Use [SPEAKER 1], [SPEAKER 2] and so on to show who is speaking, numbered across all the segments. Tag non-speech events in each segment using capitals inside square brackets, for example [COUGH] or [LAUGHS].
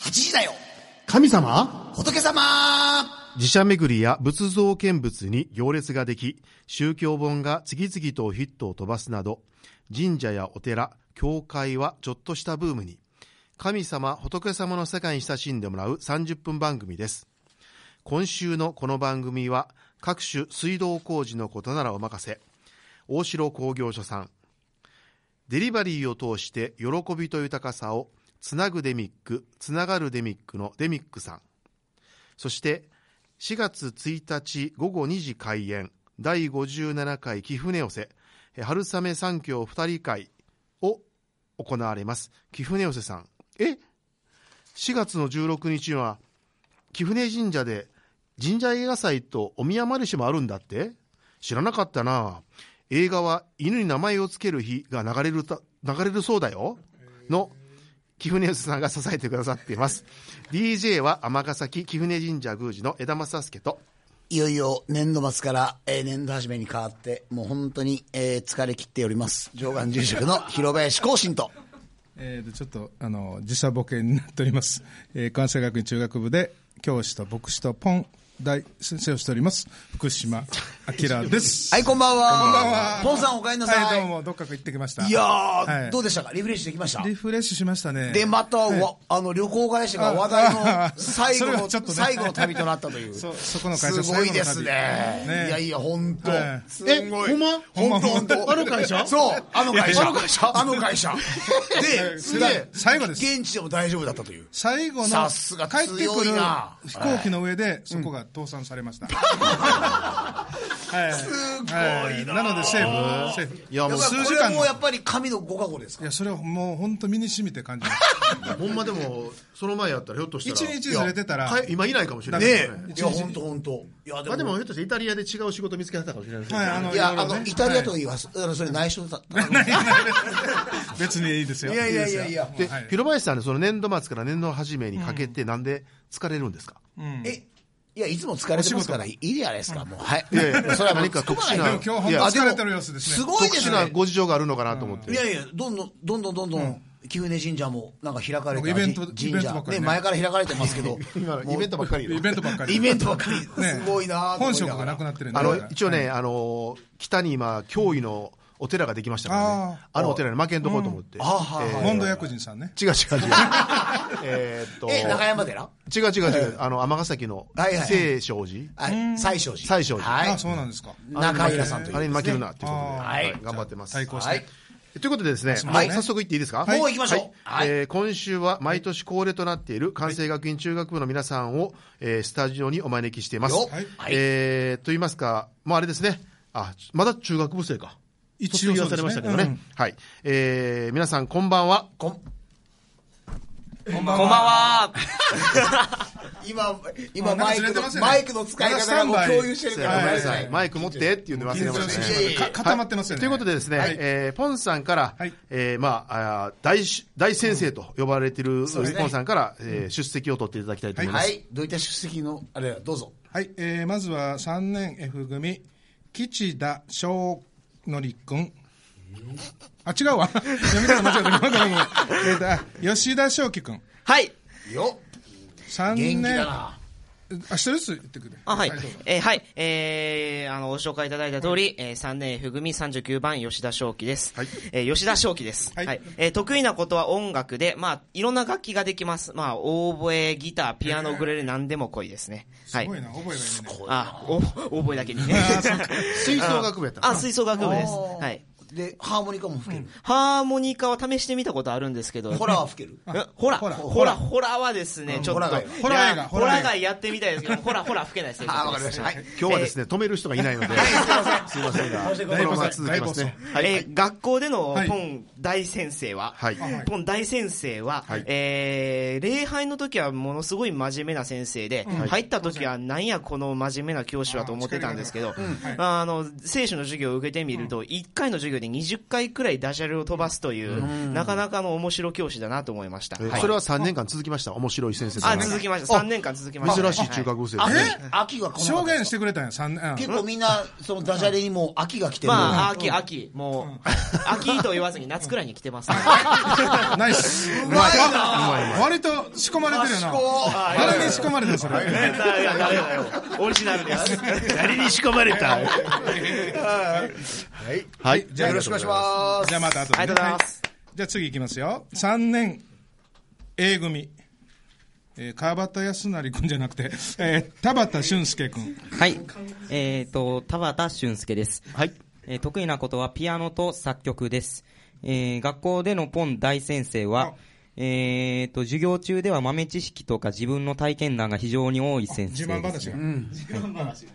[SPEAKER 1] 8時だよ
[SPEAKER 2] 神様
[SPEAKER 1] 仏様
[SPEAKER 3] 寺社巡りや仏像見物に行列ができ、宗教本が次々とヒットを飛ばすなど、神社やお寺、教会はちょっとしたブームに、神様、仏様の世界に親しんでもらう30分番組です。今週のこの番組は、各種水道工事のことならお任せ、大城工業所さん、デリバリーを通して喜びと豊かさをつなぐデミック、つながるデミックのデミックさん。そして4月1日午後2時開演第57回貴船寄せえ春雨三協二人会を行われます。貴船寄せさん。え ?4 月の16日には貴船神社で神社映画祭とお宮丸市もあるんだって知らなかったな。映画は犬に名前をつける日が流れるた、流れるそうだよ。の貴船寄せさんが支えてくださっています。DJ は尼崎貴船神社宮司の枝正介と、
[SPEAKER 1] いよいよ年度末から、えー年度初めに変わって、もう本当に、えー疲れ切っております。上岸住職の [LAUGHS] 広林光信と。
[SPEAKER 4] えーとちょっとあの時差ボケになっております、 [LAUGHS] えー、関西学院中学部で教師と牧師とポン大先生をしております福島明で
[SPEAKER 1] [LAUGHS]
[SPEAKER 4] す
[SPEAKER 1] はい、こんばんは。こん
[SPEAKER 4] ばんは
[SPEAKER 1] ポンさんお帰りなさい。、
[SPEAKER 4] はいいどうもどっか行ってきました
[SPEAKER 1] やー、
[SPEAKER 4] い
[SPEAKER 1] どうでしたかリフレッシュできました
[SPEAKER 4] リフレッシュしましたね
[SPEAKER 1] で、また、わあの、旅行会社が話題の最後
[SPEAKER 4] [LAUGHS] それ
[SPEAKER 1] の、
[SPEAKER 4] はちょっとね
[SPEAKER 1] 最後の旅となったという。
[SPEAKER 4] [LAUGHS] そそこの会
[SPEAKER 1] す
[SPEAKER 4] 社
[SPEAKER 1] ごいですね。
[SPEAKER 4] 最後の旅
[SPEAKER 1] いやいや、本当。
[SPEAKER 4] はい
[SPEAKER 1] すごい。
[SPEAKER 2] えほんま
[SPEAKER 1] 本当本当。
[SPEAKER 2] あの会社
[SPEAKER 1] そう、あの会
[SPEAKER 4] いや
[SPEAKER 1] 社。
[SPEAKER 4] いや
[SPEAKER 1] あの会社。あの会社。で、
[SPEAKER 4] はい
[SPEAKER 1] で、
[SPEAKER 4] 最後です
[SPEAKER 1] 現地でも大丈夫だったという。
[SPEAKER 4] 最後の
[SPEAKER 1] さすが
[SPEAKER 4] 帰って
[SPEAKER 1] 強
[SPEAKER 4] く
[SPEAKER 1] い
[SPEAKER 4] る
[SPEAKER 1] な
[SPEAKER 4] 飛行機の上でそこが倒産されました、
[SPEAKER 1] [LAUGHS]
[SPEAKER 4] はい、す
[SPEAKER 1] ごいな
[SPEAKER 4] なのでセーフセーフ
[SPEAKER 3] いやもう
[SPEAKER 1] だか
[SPEAKER 4] 数
[SPEAKER 1] らこ
[SPEAKER 4] 時
[SPEAKER 1] れは
[SPEAKER 4] 間
[SPEAKER 1] も
[SPEAKER 4] の
[SPEAKER 1] うやっぱり神のご加護ですか
[SPEAKER 4] いやそれはもう本当身に染みて感じました
[SPEAKER 3] ほんまでも、その前やったらひょっとした
[SPEAKER 4] 一
[SPEAKER 3] ら。
[SPEAKER 4] 日ずれてたら
[SPEAKER 3] はい、今いないかもしれない
[SPEAKER 1] ね
[SPEAKER 3] で
[SPEAKER 1] え
[SPEAKER 3] すね。。
[SPEAKER 1] いや、本当本当。いや、で
[SPEAKER 3] まあで
[SPEAKER 1] も
[SPEAKER 3] も、ひょっとしてイタリアで違う仕事見つけたかもしれないですね
[SPEAKER 4] はい、あの
[SPEAKER 1] いや、
[SPEAKER 4] い
[SPEAKER 1] あ
[SPEAKER 4] ろいろ
[SPEAKER 1] の、
[SPEAKER 4] ね
[SPEAKER 1] イタリアと
[SPEAKER 4] は
[SPEAKER 1] 言います。あのそれ内緒だった。
[SPEAKER 4] い別にいいですよ。
[SPEAKER 1] いやいやいやいや
[SPEAKER 4] で
[SPEAKER 3] です
[SPEAKER 4] よ、はい
[SPEAKER 3] 広林さんね、その年度末から年度初めにかけて、なんで疲れるんですか、
[SPEAKER 1] え、いや、いつも疲れてますから、いいじゃないですか、もう。はい。
[SPEAKER 3] いやいや
[SPEAKER 1] それはもう
[SPEAKER 3] 何か特殊な
[SPEAKER 1] 突っ込ま
[SPEAKER 4] で
[SPEAKER 1] い
[SPEAKER 4] も
[SPEAKER 1] と
[SPEAKER 4] 今
[SPEAKER 3] い
[SPEAKER 4] 日本当
[SPEAKER 3] や
[SPEAKER 4] 疲れてる様子ですね。
[SPEAKER 1] すごい
[SPEAKER 3] 特
[SPEAKER 1] です
[SPEAKER 3] 殊な
[SPEAKER 1] ね。
[SPEAKER 3] ご事情があるのかなと思って、
[SPEAKER 1] いやいや、どんどん、どんどんどんどん、貴船神社も、なんか開かれて、
[SPEAKER 4] イベントイベ
[SPEAKER 1] 神
[SPEAKER 4] ントば
[SPEAKER 1] 社
[SPEAKER 4] っ、か
[SPEAKER 1] ね、
[SPEAKER 4] りね
[SPEAKER 1] 前から開かれてますけど、
[SPEAKER 3] 今のイベントばっかり
[SPEAKER 4] イベントばっかり。
[SPEAKER 1] イベントばっかり、
[SPEAKER 4] ね
[SPEAKER 1] すごいなと思
[SPEAKER 4] 本
[SPEAKER 1] い
[SPEAKER 4] 職
[SPEAKER 1] なが
[SPEAKER 4] が
[SPEAKER 1] ら
[SPEAKER 4] なくなってるんで
[SPEAKER 3] あの
[SPEAKER 4] はい
[SPEAKER 3] 一応ね、あの北に今、脅威のお寺ができましたからね、あのお寺に負けんとこうと思って、
[SPEAKER 1] あは
[SPEAKER 3] えー
[SPEAKER 4] ボンド薬人さんね。
[SPEAKER 3] 違う違う違
[SPEAKER 1] [LAUGHS]
[SPEAKER 3] う、えーっと、
[SPEAKER 1] え、中山寺
[SPEAKER 3] 違う違う違う、あの尼崎の
[SPEAKER 1] はいはい
[SPEAKER 3] 清勝寺、
[SPEAKER 1] はい、西勝寺。
[SPEAKER 3] 西勝寺
[SPEAKER 1] はい
[SPEAKER 4] あ、。そうなんですか。
[SPEAKER 1] 中平さんという
[SPEAKER 3] あれに負け
[SPEAKER 1] です
[SPEAKER 3] る
[SPEAKER 1] ね。
[SPEAKER 3] なということで、
[SPEAKER 4] あー
[SPEAKER 3] はい
[SPEAKER 1] は
[SPEAKER 3] 頑張ってます。
[SPEAKER 4] 対抗し
[SPEAKER 1] はい
[SPEAKER 4] て。。
[SPEAKER 3] ということでですね、
[SPEAKER 1] はい
[SPEAKER 3] もう早速行っていいですか、
[SPEAKER 1] もう行きましょう。
[SPEAKER 3] は
[SPEAKER 1] はいい。
[SPEAKER 3] えー今週は毎年恒例となっている関西学院中学部の皆さんを、えースタジオにお招きしています。
[SPEAKER 1] よ
[SPEAKER 4] はい
[SPEAKER 3] えーと言いますか、まあ、あれですねあ、まだ中学部生か、卒業
[SPEAKER 4] そ
[SPEAKER 3] さ
[SPEAKER 4] う
[SPEAKER 3] れ
[SPEAKER 4] です
[SPEAKER 3] ましたけどね、
[SPEAKER 4] うん
[SPEAKER 3] はいえー皆さん、こんばんは、
[SPEAKER 1] こん
[SPEAKER 4] こんばん
[SPEAKER 5] こ
[SPEAKER 4] は。
[SPEAKER 5] んばんは。
[SPEAKER 1] 今、今
[SPEAKER 4] あなん
[SPEAKER 1] マ
[SPEAKER 4] か
[SPEAKER 1] イ
[SPEAKER 4] ず
[SPEAKER 1] ク
[SPEAKER 4] れて
[SPEAKER 1] の
[SPEAKER 4] ますよね
[SPEAKER 1] マイクの使い方がもう共有してるから、ごめ
[SPEAKER 4] はい
[SPEAKER 1] ん
[SPEAKER 4] は
[SPEAKER 1] ないさい。
[SPEAKER 3] マイク持ってって言うの忘れ
[SPEAKER 4] 緊
[SPEAKER 3] ま
[SPEAKER 4] 張
[SPEAKER 3] し
[SPEAKER 4] し
[SPEAKER 1] い
[SPEAKER 4] た
[SPEAKER 1] やいや
[SPEAKER 3] ね。
[SPEAKER 1] い
[SPEAKER 4] て
[SPEAKER 1] や
[SPEAKER 4] か固まってますよね。
[SPEAKER 3] ということでですね、
[SPEAKER 1] はい
[SPEAKER 3] えーポンさんから、
[SPEAKER 4] はい
[SPEAKER 3] えーまあ、あー大し大先生と呼ばれている、
[SPEAKER 1] うですね
[SPEAKER 3] ポンさんから、えー出席を取っていただきたいと思います。
[SPEAKER 1] はい。どういった出席の、あれだ、どうぞ。
[SPEAKER 4] はい、えーまずは3年 F 組、吉田翔典君。あ、違う [LAUGHS] わ。読み方間違えた。ごめんごめんごめんえーとあ吉田翔輝君。
[SPEAKER 5] はい。
[SPEAKER 1] よ
[SPEAKER 4] 3
[SPEAKER 1] 元気
[SPEAKER 4] 年。
[SPEAKER 1] だな。
[SPEAKER 4] あ、一人ずつ言ってくれ。
[SPEAKER 5] あ、はい
[SPEAKER 4] どうぞ。
[SPEAKER 5] えーはい。えー、あの、ご紹介いただいた通り、えー、3年 F 組39番、吉田正輝です。はい。えー、吉田正輝です。
[SPEAKER 4] は
[SPEAKER 5] はいい。えー、得意なことは音楽で、まあ、いろんな楽器ができます。まあ、オーボエ、ギター、ピアノ、グレレ、何でも来いですね。は
[SPEAKER 4] す
[SPEAKER 5] い
[SPEAKER 4] ご。いな、覚えがいいね。
[SPEAKER 5] あ、お、オーボエだけにね。
[SPEAKER 3] 吹奏楽部やったか
[SPEAKER 5] [LAUGHS] あ、
[SPEAKER 3] な
[SPEAKER 5] 吹奏楽部です。
[SPEAKER 1] おー
[SPEAKER 5] はい。
[SPEAKER 1] で、ハーモニカも吹ける。
[SPEAKER 5] ハーモニカは試してみたことあるんですけど、
[SPEAKER 1] ホラーは吹ける。
[SPEAKER 5] えほら、
[SPEAKER 4] ほら
[SPEAKER 5] ほら、ほらはですね、ちょっと、
[SPEAKER 1] ほら貝
[SPEAKER 4] ほら貝が
[SPEAKER 5] いや
[SPEAKER 4] ほ
[SPEAKER 5] ほ
[SPEAKER 4] ら貝
[SPEAKER 5] ら貝やってみたいですけど、ほら、ほら、吹けないですね。
[SPEAKER 1] あ、わかりました。はい。
[SPEAKER 3] 今日はですね、止める人がいないので、すいませんが、このまま続きますね。
[SPEAKER 5] えーえー学校での
[SPEAKER 4] はい
[SPEAKER 5] ポン大先生は、
[SPEAKER 3] はい
[SPEAKER 5] ポン大先生は、
[SPEAKER 3] はい
[SPEAKER 5] えー礼拝の時はものすごい真面目な先生で、入った時はなんやこの真面目な教師はと思ってたんですけど、
[SPEAKER 4] うんはい
[SPEAKER 5] あの、聖書の授業を受けてみると、1回の授業授業で20回くらいダジャレを飛ばすという、なかなかの面白教師だなと思いました。
[SPEAKER 3] えー
[SPEAKER 5] はい
[SPEAKER 3] それは3年間続きました。面白い先生だ
[SPEAKER 5] あ、
[SPEAKER 3] な
[SPEAKER 5] 続きました。3年間続きました。
[SPEAKER 3] 珍しい中学
[SPEAKER 5] は
[SPEAKER 3] 生で
[SPEAKER 1] あ
[SPEAKER 3] すね。
[SPEAKER 1] 秋が来なかったですか
[SPEAKER 4] 証言してくれたんや、三年。
[SPEAKER 1] 結構みんな、そのダジャレにもう秋が来て
[SPEAKER 5] い
[SPEAKER 1] る。
[SPEAKER 5] まあ、秋、秋、もう、秋と言わずに夏くらいに来てますね。
[SPEAKER 3] [LAUGHS]
[SPEAKER 4] [LAUGHS] ナイス。
[SPEAKER 1] うまいな
[SPEAKER 4] 割と仕込まれてるよな。誰に仕込まれてるそれ。
[SPEAKER 5] いやダメだよオリジナルです。
[SPEAKER 3] 誰に仕込まれたはい。
[SPEAKER 1] じゃあよろしくお願いしま
[SPEAKER 4] じゃあまた後で、ね。
[SPEAKER 5] ありがとうございます
[SPEAKER 4] は。じゃあ次いきますよ。3年 A 組。えー、川端康成君じゃなくて、えー、田畑俊介君。
[SPEAKER 2] はい。えっ、と、田畑俊介です。
[SPEAKER 3] はい。
[SPEAKER 2] えー得意なことはピアノと作曲です。えー学校でのポン大先生は、えっ、と、授業中では豆知識とか自分の体験談が非常に多い先
[SPEAKER 4] 自
[SPEAKER 2] 生
[SPEAKER 4] 慢
[SPEAKER 2] です。
[SPEAKER 4] 話が。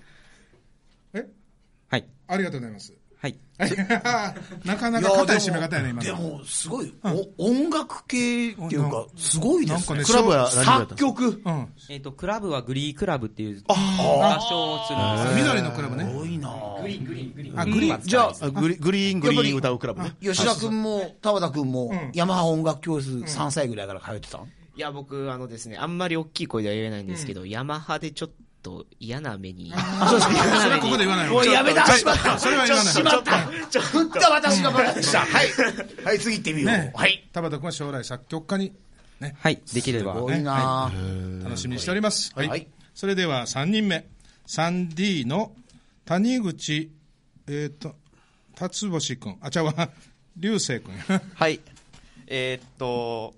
[SPEAKER 4] え
[SPEAKER 2] はい。
[SPEAKER 4] ありがとうございます。 [LAUGHS]
[SPEAKER 2] はい。
[SPEAKER 4] なかな
[SPEAKER 1] す。
[SPEAKER 4] か硬い
[SPEAKER 1] い
[SPEAKER 4] 締め
[SPEAKER 1] や
[SPEAKER 4] 方やね、今の
[SPEAKER 1] でも、でもすごい、お音楽系っていうか、すごいですね。
[SPEAKER 3] クラブは何部やった
[SPEAKER 1] 作
[SPEAKER 3] んですか
[SPEAKER 1] 曲。
[SPEAKER 4] うん。
[SPEAKER 2] えっ、と、クラブはグリークラブっていう合唱をするんです。
[SPEAKER 4] 緑のクラブね。
[SPEAKER 1] 多いなぁ
[SPEAKER 4] あ、グリーン。
[SPEAKER 1] じゃあ、
[SPEAKER 3] あグリグリーングリーン歌うクラブね。
[SPEAKER 1] 吉田君も、田畑君も
[SPEAKER 4] ん、
[SPEAKER 1] ヤマハ音楽教室3歳ぐらいから通ってたの
[SPEAKER 5] いや、僕、あのですね、あんまり大きい声では言えないんですけど、ヤマハでちょっと嫌な目に。あ、そうです
[SPEAKER 4] それはここで言わないの
[SPEAKER 5] もうやめた、
[SPEAKER 4] ちょっと
[SPEAKER 5] しまった。
[SPEAKER 4] それは言わない
[SPEAKER 5] ちょっとしまった。ちょっと
[SPEAKER 1] 振った私がバカでした。はい。はい、次行ってみよ
[SPEAKER 4] ね
[SPEAKER 1] う。はい。
[SPEAKER 4] 田畑君は将来作曲家に
[SPEAKER 2] はい。できれば。
[SPEAKER 1] 多いなぁ
[SPEAKER 4] 楽しみにしております。はいい。それでは3人目。3D の谷口、えっ、と、辰星君。あ、ちゃうわ。 [LAUGHS] 流星君。
[SPEAKER 6] はい。えーっと、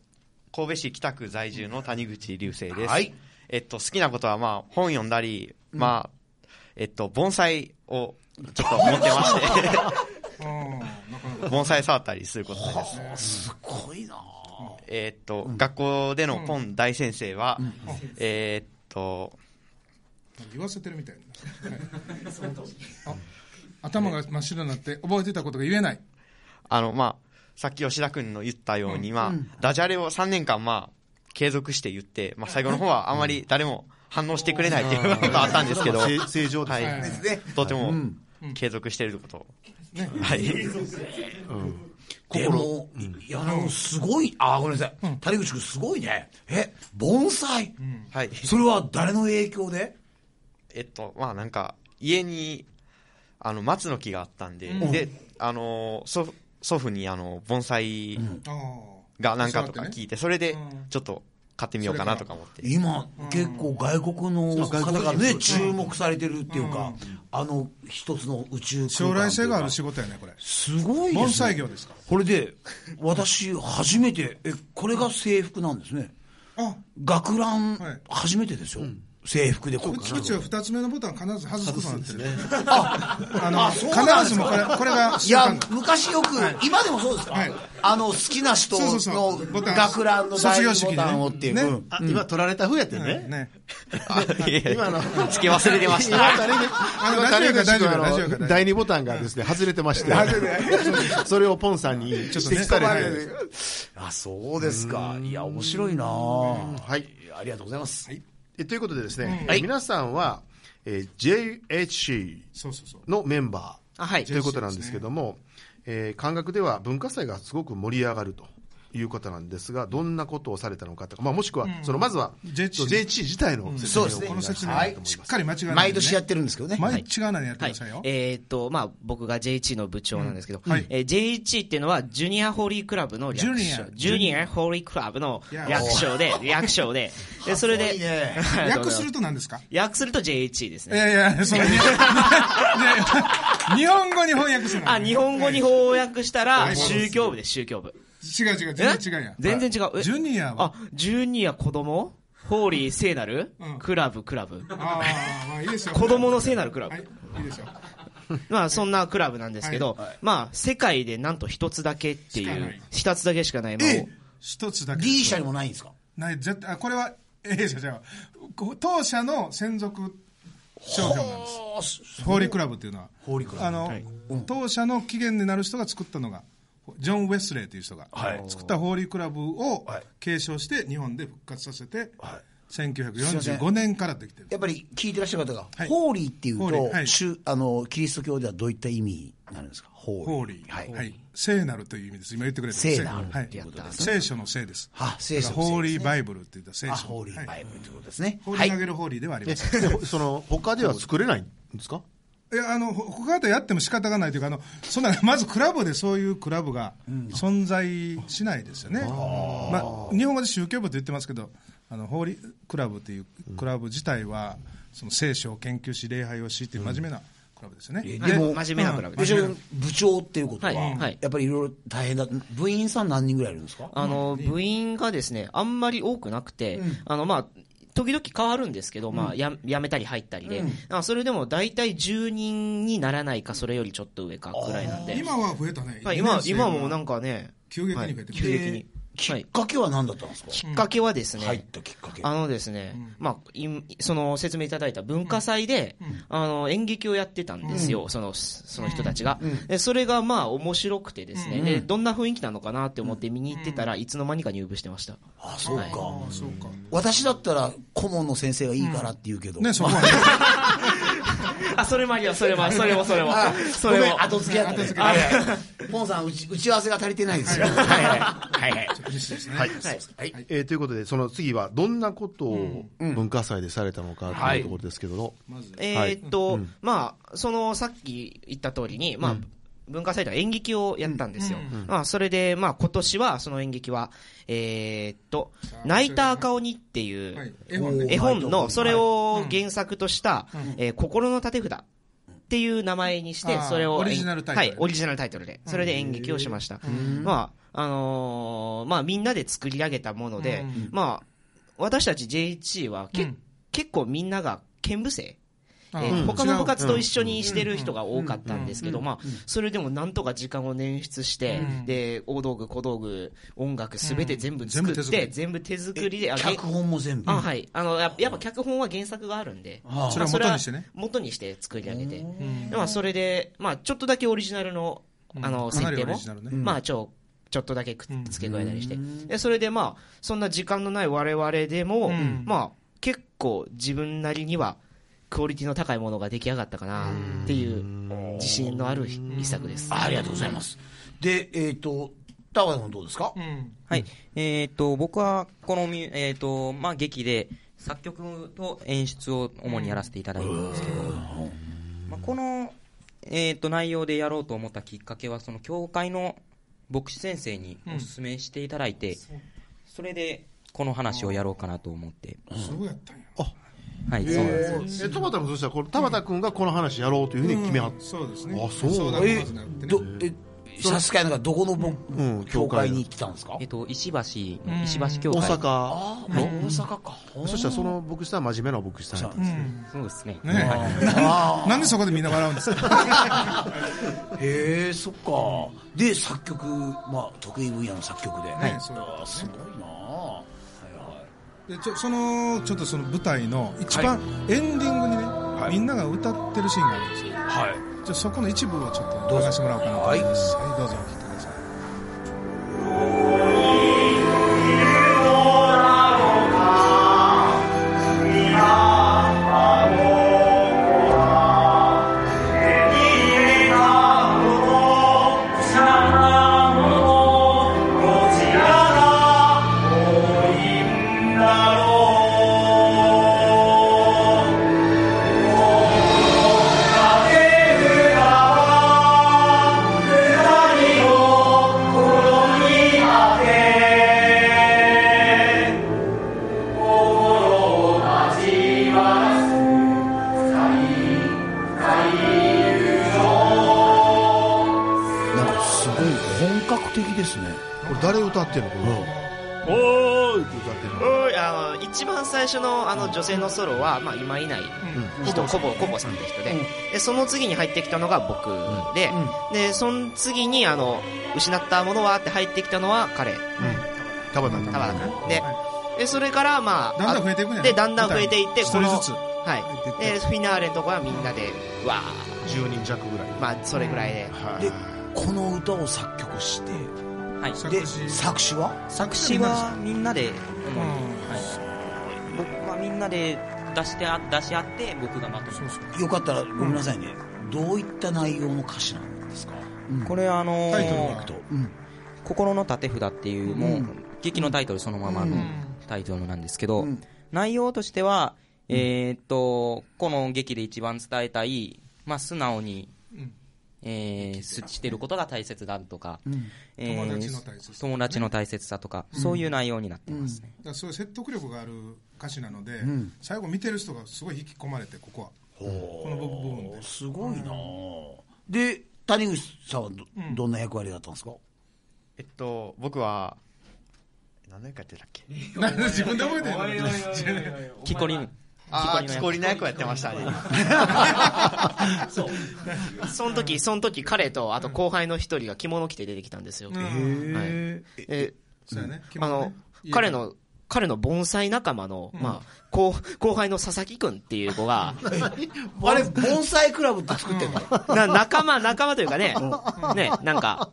[SPEAKER 6] 神戸市北区在住の谷口流星です。
[SPEAKER 1] はい
[SPEAKER 6] えっと、好きなことは、まあ、本読んだり、まあ、えっと、盆栽をちょっと持ってま [LAUGHS] して、 [LAUGHS] 盆栽触ったりすることです。
[SPEAKER 1] すごいなぁ
[SPEAKER 6] えーっと、学校でのポン大先生は、えーっと、
[SPEAKER 4] [LAUGHS] 言わせてるみたいな。はい
[SPEAKER 1] [LAUGHS]
[SPEAKER 4] あ頭が真っ白になって覚えてたことが言えない。
[SPEAKER 6] あの、まあ、さっき吉田君の言ったように、まあ、ダジャレを3年間、まあ、継続して言って、まあ、最後の方はあまり誰も反応してくれないっていうことがあったんですけど、
[SPEAKER 3] 正正常ですね
[SPEAKER 6] はい。とても継続していること。はい。
[SPEAKER 1] でも、いや、でもすごい、あー、ごめんなさい。谷口君すごいね。え、盆栽
[SPEAKER 6] はい。
[SPEAKER 1] それは誰の影響で
[SPEAKER 6] えっと、まあなんか、家に、あの、松の木があったんで、で、あの、祖祖父に、あの、盆栽
[SPEAKER 4] あー
[SPEAKER 6] がなんかとか
[SPEAKER 4] 教わってね
[SPEAKER 6] 聞いて、それで
[SPEAKER 4] うん、
[SPEAKER 6] ちょっと買ってみようかなとか思って。
[SPEAKER 1] 今、結構外国の方がね、注目されてるっていうか、あの、一つの宇宙空間
[SPEAKER 4] 将来性がある
[SPEAKER 1] し。
[SPEAKER 4] 仕事やね、これ。
[SPEAKER 1] すごいですね。
[SPEAKER 4] 盆栽業ですか
[SPEAKER 1] これで、私、初めて、え、これが制服なんですね。
[SPEAKER 4] あ、
[SPEAKER 1] 学ラン
[SPEAKER 4] はい、
[SPEAKER 1] 初めてですよ。制服でこ
[SPEAKER 4] う
[SPEAKER 1] う
[SPEAKER 4] ちうちは2つ目のボタン必ず外すことになってる。
[SPEAKER 1] あ
[SPEAKER 4] あの、
[SPEAKER 1] そうなんで
[SPEAKER 4] 必
[SPEAKER 1] す
[SPEAKER 4] ずも
[SPEAKER 1] か
[SPEAKER 4] これ、これが
[SPEAKER 1] い
[SPEAKER 4] 習慣
[SPEAKER 1] や、昔よく、今でもそうですか、
[SPEAKER 4] はい
[SPEAKER 1] あの、好きな人
[SPEAKER 4] そうそう
[SPEAKER 1] の
[SPEAKER 4] そうボタン
[SPEAKER 1] 学ランの第
[SPEAKER 4] 卒業
[SPEAKER 1] 一
[SPEAKER 4] 式
[SPEAKER 1] ボ
[SPEAKER 4] にね
[SPEAKER 1] タンをっていう。
[SPEAKER 4] ね
[SPEAKER 1] うん
[SPEAKER 3] あ今取られた風やってね。
[SPEAKER 4] ね。
[SPEAKER 6] 今の。つけ忘れてました。
[SPEAKER 4] のラジオが大丈夫ラジオが大丈夫
[SPEAKER 3] 第二ボタンがですね、外れてまして。 [LAUGHS] それをポンさんに指摘
[SPEAKER 4] とね
[SPEAKER 3] されて。
[SPEAKER 1] あ、そうですか。いや、面白いなぁ
[SPEAKER 3] はい。
[SPEAKER 1] ありがとうございます。
[SPEAKER 3] えということでですね、え皆さんは、えー JHC
[SPEAKER 4] そうそうそう。
[SPEAKER 3] のメンバ
[SPEAKER 5] あはい
[SPEAKER 3] ーということなんですけども、えー、感覚では文化祭がすごく盛り上がると。いうことなんですが、どんなことをされたのかとか、まあ、もしくは、そのまずは
[SPEAKER 4] JHC
[SPEAKER 3] JHC 自体の説明をお願いします、
[SPEAKER 1] そう
[SPEAKER 4] この説明、
[SPEAKER 1] はい
[SPEAKER 4] しっかり間違えない、
[SPEAKER 1] 毎年やってるんですけどね。
[SPEAKER 4] 毎日が何やってくださいよ。
[SPEAKER 5] えーっと、まあ、僕が JH の部長なんですけど、
[SPEAKER 4] うんはい
[SPEAKER 5] えー JH っていうのは、ジュニアホーリークラブの略称。
[SPEAKER 4] ジュニア
[SPEAKER 5] ジュニアホーリークラブの
[SPEAKER 4] いや
[SPEAKER 5] 略称で、略称で。で、それで、
[SPEAKER 1] いい
[SPEAKER 5] [LAUGHS]
[SPEAKER 1] ね
[SPEAKER 4] 訳すると何ですか
[SPEAKER 5] 訳すると JH です
[SPEAKER 4] い
[SPEAKER 5] ね。
[SPEAKER 4] やいや、その、ねね日本語に翻訳するの
[SPEAKER 5] あ、日本語に翻訳したら、
[SPEAKER 4] い
[SPEAKER 5] 宗教部です、宗教部。
[SPEAKER 4] 違う違う、全然違うやん。
[SPEAKER 5] 全然違う。え
[SPEAKER 4] ジュニアは
[SPEAKER 5] あ、ジュニア子供ホーリー聖なる、
[SPEAKER 4] うん
[SPEAKER 5] クラブ、クラブ。
[SPEAKER 4] ああ、まあいいですよ。
[SPEAKER 5] 子供の聖なるクラブ
[SPEAKER 4] はい。、いいですよ。
[SPEAKER 5] まあ、そんなクラブなんですけど、まあ、世界でなんと一つだけってい
[SPEAKER 4] しかな
[SPEAKER 5] う
[SPEAKER 4] い、
[SPEAKER 5] 一つだけしかない、まあ、
[SPEAKER 1] え
[SPEAKER 4] 一つだけ。
[SPEAKER 1] D 社にもないんですか
[SPEAKER 4] ない、絶対、あ、これは、A 社じゃあ、こ当社の専属商標なんです。ホーリークラブっていうのは。
[SPEAKER 1] ホーリークラブ
[SPEAKER 4] あの、当社の起源になる人が作ったのが、ジョン・ウェスレーという人が、作ったホーリークラブを継承して、日本で復活させて、
[SPEAKER 1] すいません
[SPEAKER 4] 1945年からできてる
[SPEAKER 1] やっぱり聞いてらっしゃる方が、
[SPEAKER 4] はい
[SPEAKER 1] ホーリーっていう
[SPEAKER 4] ホーリ
[SPEAKER 1] と、
[SPEAKER 4] ーはい
[SPEAKER 1] 主あのキリスト教ではどういった意味になるんですかホ
[SPEAKER 4] ホーリー、
[SPEAKER 1] は、
[SPEAKER 4] はいい聖なるという意味です、今言ってくれた
[SPEAKER 1] 聖なる
[SPEAKER 4] はい
[SPEAKER 1] っていうことです
[SPEAKER 4] 聖書の聖です、
[SPEAKER 1] あ聖書の聖ですね
[SPEAKER 4] だからホーリーバイブルって言った聖書
[SPEAKER 1] あホーリーバイブルということですね、
[SPEAKER 4] 放
[SPEAKER 1] は
[SPEAKER 4] り
[SPEAKER 1] い
[SPEAKER 4] 投げるホーリーではありま
[SPEAKER 3] え
[SPEAKER 4] せん、
[SPEAKER 3] でほその他では作れないんですか
[SPEAKER 4] いやあのほ他でやっても仕方がないというか、あのそんな [LAUGHS] まずクラブでそういうクラブが存在しないですよね、まあ、日本語で宗教部と言ってますけど、あの法理クラブというクラブ自体は、その聖書を研究し、礼拝をしっていう真面目なクラブですよね。
[SPEAKER 5] はい真面目なクラブです
[SPEAKER 1] 部長部長っていうことは、
[SPEAKER 5] はいはい
[SPEAKER 1] やっぱりいろいろ大変だ部員さん何人ぐらいいるんですか
[SPEAKER 5] あの、部員がですね、あんまり多くなくて、あの、まあ、時々変わるんですけど、まあ、や、やめたり入ったりで、あそれでも大体10人にならないか、それよりちょっと上か、くらいなんで。
[SPEAKER 4] 今は増えたね。
[SPEAKER 5] まあ、今、
[SPEAKER 4] 一年生
[SPEAKER 5] 今
[SPEAKER 4] が
[SPEAKER 5] はもうなんかね、
[SPEAKER 4] 急激に増えて
[SPEAKER 5] 急激に。
[SPEAKER 1] き
[SPEAKER 5] は
[SPEAKER 1] っ
[SPEAKER 5] い。
[SPEAKER 1] かけは何だったんですか、
[SPEAKER 5] きっかけはですね、
[SPEAKER 1] 入ったきっかけ
[SPEAKER 5] あのですね、まあ、いその説明いただいた文化祭で、あの演劇をやってたんですよ、そのその人たちが、で。それがまあ面白くてですね、で、どんな雰囲気なのかなって思って見に行ってたらいつの間にか入部してました。
[SPEAKER 1] あそうか、
[SPEAKER 4] あそうか。
[SPEAKER 1] 私だったら顧問の先生がいいからって言うけど、
[SPEAKER 4] ね、そこはね。
[SPEAKER 5] あ、それもあります、それも、それも、それも
[SPEAKER 1] あ、
[SPEAKER 5] それ
[SPEAKER 1] ごめ
[SPEAKER 5] も
[SPEAKER 1] ん。後付けやったねはいはいポンさん打ち打ち合わせが足りてないですよはいはいはいはい
[SPEAKER 4] ミスですね。
[SPEAKER 5] はい
[SPEAKER 3] えーということで、その次はどんなことを文化祭でされたのかというところですけども、
[SPEAKER 4] まず。
[SPEAKER 5] えーっと、まあ、その、さっき言った通りに、まあ、文化祭では演劇をやったんですよ。まあ、それで、まあ、今年は、その演劇は、えーっと、泣いた赤鬼っていう、
[SPEAKER 4] はい。絵本ね。
[SPEAKER 5] 絵本の、それを原作とした、えー心の縦札っていう名前にして
[SPEAKER 4] あ、ー
[SPEAKER 5] それを、
[SPEAKER 4] オリジナルタイトル
[SPEAKER 5] はい、オリジナルタイトルで、それで演劇をしました。まあ、あのーまあ、みんなで作り上げたもので、まあ、私たち JHC はけ、
[SPEAKER 4] うん
[SPEAKER 5] 結構みんなが剣舞生。
[SPEAKER 4] あ
[SPEAKER 5] えー
[SPEAKER 4] ー
[SPEAKER 5] 他の部活と一緒にしてる人が多かったんですけど、まあ、それでもなんとか時間を捻出して、で、大道具、小道具、音楽すべて全部作
[SPEAKER 4] うん全部手
[SPEAKER 5] っ
[SPEAKER 4] 作
[SPEAKER 5] て、
[SPEAKER 4] り
[SPEAKER 5] 全部手作りで、あげ
[SPEAKER 1] 脚本も全部
[SPEAKER 5] あはい、あのややっぱ脚本は原作があるんで、まあ
[SPEAKER 4] それを元にしてね
[SPEAKER 5] それは元にして作り上げて、でまあ、それで、まあ、ちょっとだけオリジナルのあの
[SPEAKER 4] かな
[SPEAKER 5] 設
[SPEAKER 4] り
[SPEAKER 5] 定
[SPEAKER 4] オリ
[SPEAKER 5] も
[SPEAKER 4] ジナルね、
[SPEAKER 5] まあ、ちょちょっとだけくっ付け加えたりして、でそれで、まあ、そんな時間のない我々でも、まあ、結構自分なりにはクオリティの高いものが出来上がったかなっていう自信のある一作です。
[SPEAKER 1] ありがとうございますでえっ、と高田さんどうですか、
[SPEAKER 2] はい。えっ、と、僕は、このみ、えっ、と、まあ、劇で、作曲と演出を主にやらせていただいたんですけど、まあ、この、えっ、と、内容でやろうと思ったきっかけは、その、教会の牧師先生にお勧めしていただいて、それで、この話をやろうかなと思って、
[SPEAKER 4] そうやったんや。
[SPEAKER 2] はい、そうなんです。
[SPEAKER 3] えー、田畑もそしたらこれ、田畑君がこの話やろうというふうに決めはっ
[SPEAKER 4] そうですね。
[SPEAKER 3] あそう
[SPEAKER 4] だ
[SPEAKER 1] え
[SPEAKER 4] まずなってね
[SPEAKER 1] どえ差し支えなんかどこのぼ、
[SPEAKER 3] んうん
[SPEAKER 1] 教会に来たんですか、
[SPEAKER 2] えっ、と、石橋の、石橋教
[SPEAKER 3] 大
[SPEAKER 2] 会。
[SPEAKER 3] 阪、
[SPEAKER 1] あ大阪か
[SPEAKER 3] そしたらその牧師さんは真面目な牧師さんや
[SPEAKER 2] そうですね。
[SPEAKER 4] ねなんでそこでみんな笑うんですか
[SPEAKER 1] へえそっかで作曲まあ得意分野の作曲で、
[SPEAKER 4] いそう
[SPEAKER 1] あーすごいなあ
[SPEAKER 4] でちょそのちょっとその舞台の一番エンディングにね、みんなが歌ってるシーンがあるんですよ
[SPEAKER 1] はい
[SPEAKER 4] じゃあそこの一部をちょっと流してもらおうかなと思いますはい、どうぞお聞きください
[SPEAKER 1] なんかすごい本格的ですね
[SPEAKER 3] これ誰歌ってるのこれ、
[SPEAKER 5] お
[SPEAKER 3] 歌ってるの
[SPEAKER 5] いあの一番最初のあの女性のソロは、まあ、今いない人、コボコボさんって人で,、でその次に入ってきたのが僕で,、でその次にあの「失ったものは?」って入ってきたのは彼
[SPEAKER 3] 田畑君
[SPEAKER 5] 田原君ででそれからまあ
[SPEAKER 4] だんだん増えていくんやね
[SPEAKER 5] でだんだん増えていって
[SPEAKER 4] 一
[SPEAKER 5] こ
[SPEAKER 4] 人
[SPEAKER 5] の
[SPEAKER 4] ずつ
[SPEAKER 5] はいでフィナーレのとこはみんなでわー
[SPEAKER 3] 10人弱ぐらい、
[SPEAKER 5] まあそれぐらいで、
[SPEAKER 3] はい
[SPEAKER 1] でこの歌を作曲して
[SPEAKER 2] はい。
[SPEAKER 4] 作
[SPEAKER 1] で
[SPEAKER 4] 詞
[SPEAKER 1] 作詞は
[SPEAKER 2] 作詞はみんなで、主にはい、僕あみんなで出してあ出し合って僕がまとめ
[SPEAKER 4] そうそう
[SPEAKER 1] よかったらごめんなさいね、どういった内容の歌詞なんですか
[SPEAKER 2] これあのー
[SPEAKER 4] タイトルは
[SPEAKER 1] うん
[SPEAKER 2] 心の盾札っていう、もう、劇のタイトルそのままのタイトルなんですけど、
[SPEAKER 1] うん
[SPEAKER 2] 内容としては、えーっと、この劇で一番伝えたい、まあ、素直に、えー、すしてることが大切だとか、えー
[SPEAKER 4] 友達の大切さ
[SPEAKER 2] 友達の大切さとか、そういう内容になってますね。
[SPEAKER 4] だからそういう説得力がある歌詞なので、
[SPEAKER 1] ん
[SPEAKER 4] 最後見てる人がすごい引き込まれてここはこの部分です
[SPEAKER 1] ごいなぁで谷口さんはど,、ん、どんな役割だったんですか
[SPEAKER 6] えっと、僕は、何の役やってたっけ
[SPEAKER 4] なんで自分で覚えてるの
[SPEAKER 2] 木こり、
[SPEAKER 6] ああ、
[SPEAKER 2] 木
[SPEAKER 6] 木
[SPEAKER 2] こ
[SPEAKER 6] こ
[SPEAKER 2] り
[SPEAKER 6] りの役をやって
[SPEAKER 5] [LAUGHS]
[SPEAKER 6] ましたね。
[SPEAKER 5] その時、その時彼と、あと後輩の一人が着物着て出てきたんですよ。はいえ
[SPEAKER 4] そうやね決
[SPEAKER 5] あ
[SPEAKER 4] まって
[SPEAKER 5] の
[SPEAKER 4] ね家、
[SPEAKER 5] 彼の、彼の盆栽仲間の、まあ、後後輩の佐々木くんっていう子が、 [LAUGHS]
[SPEAKER 1] あれ盆栽クラブって作ってんの、
[SPEAKER 5] な仲間、仲間というかね、ね、なんか、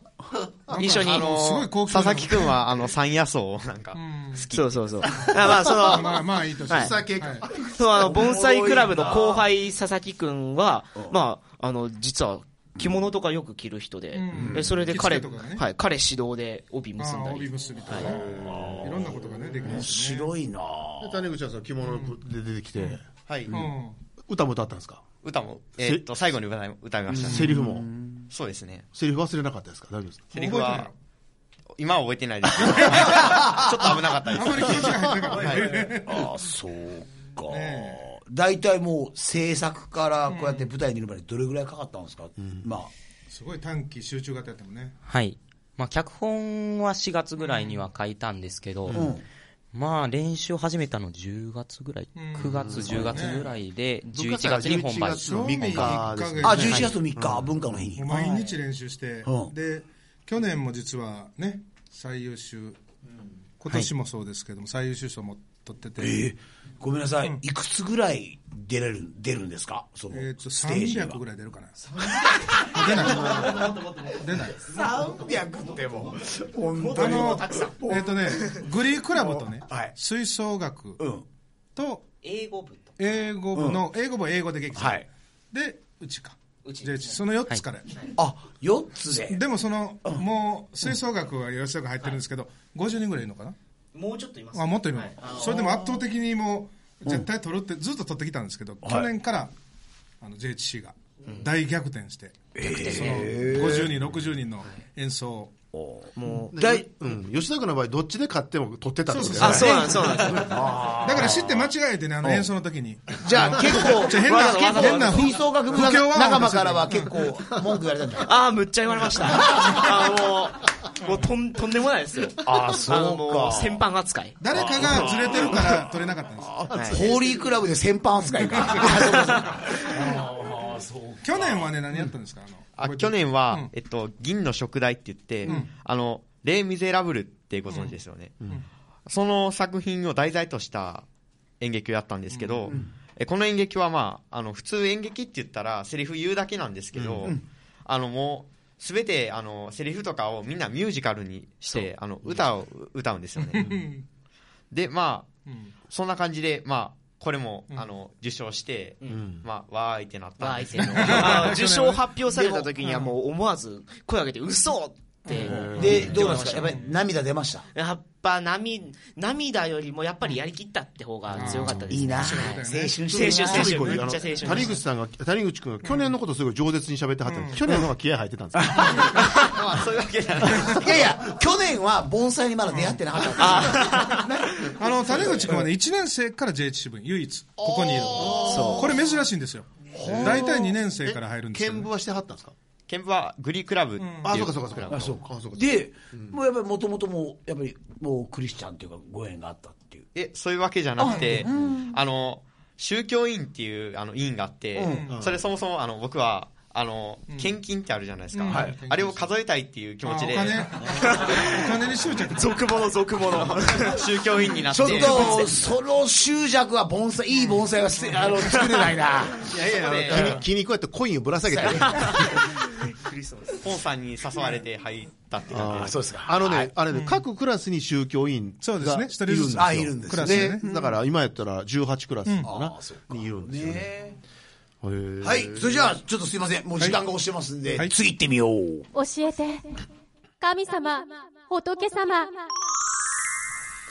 [SPEAKER 5] 一緒に、
[SPEAKER 6] あ
[SPEAKER 4] すごい
[SPEAKER 6] の、
[SPEAKER 4] 高級
[SPEAKER 6] 佐
[SPEAKER 4] な
[SPEAKER 6] 々木くんは、あの、三野草をなんか、
[SPEAKER 5] そうそう
[SPEAKER 6] [LAUGHS]
[SPEAKER 5] そう。あまあ、その、
[SPEAKER 4] まあまあいいとして、
[SPEAKER 5] はい
[SPEAKER 4] 酒か
[SPEAKER 5] そう、あの、盆栽クラブの後輩、佐々木くんは、まあ、あの、実は、着物とかよく着る人で、えそれで彼、
[SPEAKER 4] 着付けとかね
[SPEAKER 5] はい、彼指導で帯
[SPEAKER 4] あ
[SPEAKER 5] 結ん
[SPEAKER 4] あ
[SPEAKER 5] だ
[SPEAKER 4] 帯
[SPEAKER 5] り。
[SPEAKER 4] 結びとか、い、ろんなことがねできま
[SPEAKER 1] 面
[SPEAKER 4] すね
[SPEAKER 1] 白いなぁ
[SPEAKER 3] 谷口はその着物で出てきて、
[SPEAKER 6] はい。
[SPEAKER 3] 歌も歌ったんですか、
[SPEAKER 6] 歌も、えーっと、最後に歌い歌いましたね。
[SPEAKER 3] セリフも、
[SPEAKER 6] そうですね。
[SPEAKER 3] セリフ忘れなかったですか、大丈夫ですか、
[SPEAKER 6] セリフ
[SPEAKER 4] 覚えて
[SPEAKER 6] は
[SPEAKER 4] る、
[SPEAKER 6] 今は覚えてないですけど、ちょっと危なかったで
[SPEAKER 4] あんまり気持ちが入ってなかった、
[SPEAKER 6] す。
[SPEAKER 1] あそうか、大体もう制作からこうやって舞台に出るまでどれぐらいかかったんですか、まあ
[SPEAKER 4] すごい短期集中型やったもんね
[SPEAKER 2] はい。まあ、脚本は4月ぐらいには書いたんですけど、
[SPEAKER 1] ん
[SPEAKER 2] まあ、練習始めたの10月ぐらい、9月、10月ぐらいで、11月に本番。
[SPEAKER 3] の3日ですね
[SPEAKER 1] あ11月3日、文化の日に、
[SPEAKER 4] もう毎日練習して、
[SPEAKER 1] うん
[SPEAKER 4] で去年も実はね最優秀今年もそうですけども、最優秀賞も取ってて、
[SPEAKER 1] えーごめんなさい、いくつぐらい出れる出るんですかその
[SPEAKER 4] えー、と
[SPEAKER 1] ステージには
[SPEAKER 4] 300ぐらい出るかな出
[SPEAKER 1] [LAUGHS]
[SPEAKER 4] ない出ない
[SPEAKER 1] 300ってもう本当
[SPEAKER 4] あ
[SPEAKER 1] に
[SPEAKER 4] のえっ、とねグリークラブとね、
[SPEAKER 1] はい
[SPEAKER 4] 吹奏楽
[SPEAKER 1] うん
[SPEAKER 4] と
[SPEAKER 5] 英語部と。
[SPEAKER 4] 英語部の、英語部は英語で劇場、
[SPEAKER 1] はい
[SPEAKER 4] でうちかでその4つから、
[SPEAKER 1] あ4つで
[SPEAKER 4] でもその、もう吹奏楽は吉岡入ってるんですけど、50人ぐらいいるのかな
[SPEAKER 5] もうちょっといま
[SPEAKER 4] あもっといるの、それでも圧倒的にもう絶対取るってずっと取ってきたんですけど、去年からあの JHC が大逆転して、その50人60人の演奏を
[SPEAKER 1] 大
[SPEAKER 3] うん、吉田君の場合、どっちで買っても取ってたんですよね、
[SPEAKER 5] あ、そうなんです、そうなんです。
[SPEAKER 4] だから知って間違えてねあの演奏の時に
[SPEAKER 1] じゃあ結構
[SPEAKER 4] じゃあ変な
[SPEAKER 1] わざわざ
[SPEAKER 4] 変な
[SPEAKER 1] 吹奏楽部
[SPEAKER 4] 不協和音
[SPEAKER 1] 仲間からは結構文句言われたんじゃない
[SPEAKER 5] あー、むっちゃ言われました。あー、もう、もうとん、とんでもないですよ。
[SPEAKER 1] あーそうか
[SPEAKER 5] あのもう、先般扱い。
[SPEAKER 4] 誰かがずれてるから取れなかったんです
[SPEAKER 1] ホーリークラブで先般扱いか
[SPEAKER 4] 去年はね何やったんですかあの
[SPEAKER 6] あ去年は、えっと、銀の食代って言って、あの、レイ・ミゼラブルってご存知ですよね。その作品を題材とした演劇をやったんですけど、えこの演劇はまあ、あの、普通演劇って言ったら、セリフ言うだけなんですけど、あの、もう、すべて、あの、セリフとかをみんなミュージカルにして、あの、歌を歌うんですよね。で、まあ、そんな感じで、まあ、これも、あの、受賞して、まあ、わーいってなったんですけど、
[SPEAKER 5] あー受賞発表された時にはもう思わず声上げて、嘘って。
[SPEAKER 1] らでどうなんですかやっぱり涙出ました
[SPEAKER 5] やっぱ涙、涙よりもやっぱりやりきったって方が強かったですね。
[SPEAKER 1] いいな青春してるな
[SPEAKER 5] 青春
[SPEAKER 3] 最後に
[SPEAKER 5] めっちゃ青春でした
[SPEAKER 3] 谷口さんが、谷口君が去年のことすごい饒舌に喋ってはったんです、去年の方が気合入ってたんですよ
[SPEAKER 6] まあ、そういうわけじゃない
[SPEAKER 1] いやいや去年は盆栽にまだ出会ってなかったんですよ
[SPEAKER 4] あの谷口君はね1年生から JHC 部に唯一ここにいるこれ珍しいんですよ大体2年生から入るんですよ、
[SPEAKER 3] 見
[SPEAKER 4] ね
[SPEAKER 3] 舞、はしてはったんですか
[SPEAKER 6] [LAUGHS] ケンプはグリークラブっていう、
[SPEAKER 3] あ、そうかそうかそう
[SPEAKER 6] クラ
[SPEAKER 3] か。
[SPEAKER 6] ブ
[SPEAKER 3] あ、そうか、そうか。
[SPEAKER 1] でもうやっぱりもともともうやっぱりもうクリスチャンというかご縁があったっていう
[SPEAKER 6] えそういうわけじゃなくて、あの宗教委員っていうあの委員があって、それそもそもあの僕はあの献金ってあるじゃないですか、あれを数えたいっていう気持
[SPEAKER 4] あお
[SPEAKER 6] ちで
[SPEAKER 4] 金お金に執着
[SPEAKER 5] 俗物、俗物。
[SPEAKER 6] [LAUGHS] 宗教委員になっ
[SPEAKER 1] ち
[SPEAKER 6] て
[SPEAKER 1] ょっとその執着は盆 [LAUGHS] 栽いい盆栽はすてあの作れないな
[SPEAKER 6] いやいやいや
[SPEAKER 3] 気に気にこうやってコインをぶら下げて、
[SPEAKER 5] クリスマス。
[SPEAKER 6] ポンさんに誘われて入ったって感じ
[SPEAKER 1] あ
[SPEAKER 6] で
[SPEAKER 1] あ
[SPEAKER 6] す。
[SPEAKER 1] そうですか。
[SPEAKER 3] あのね、あれね、各クラスに宗教委員
[SPEAKER 4] そうですね
[SPEAKER 3] が
[SPEAKER 4] 一人
[SPEAKER 3] いるんで
[SPEAKER 4] ずつ
[SPEAKER 3] すよ
[SPEAKER 1] あいるんです
[SPEAKER 4] クラス
[SPEAKER 3] で
[SPEAKER 4] ね
[SPEAKER 3] だから今やったら18クラスかな
[SPEAKER 1] ああそう、
[SPEAKER 3] にいるんですよね。
[SPEAKER 1] ね
[SPEAKER 3] へー
[SPEAKER 1] はい、 [LAUGHS] それじゃあ、ちょっとすいません。もう時間が押してますんで、
[SPEAKER 4] はい
[SPEAKER 1] 次行ってみよう。
[SPEAKER 7] 教えて神様仏様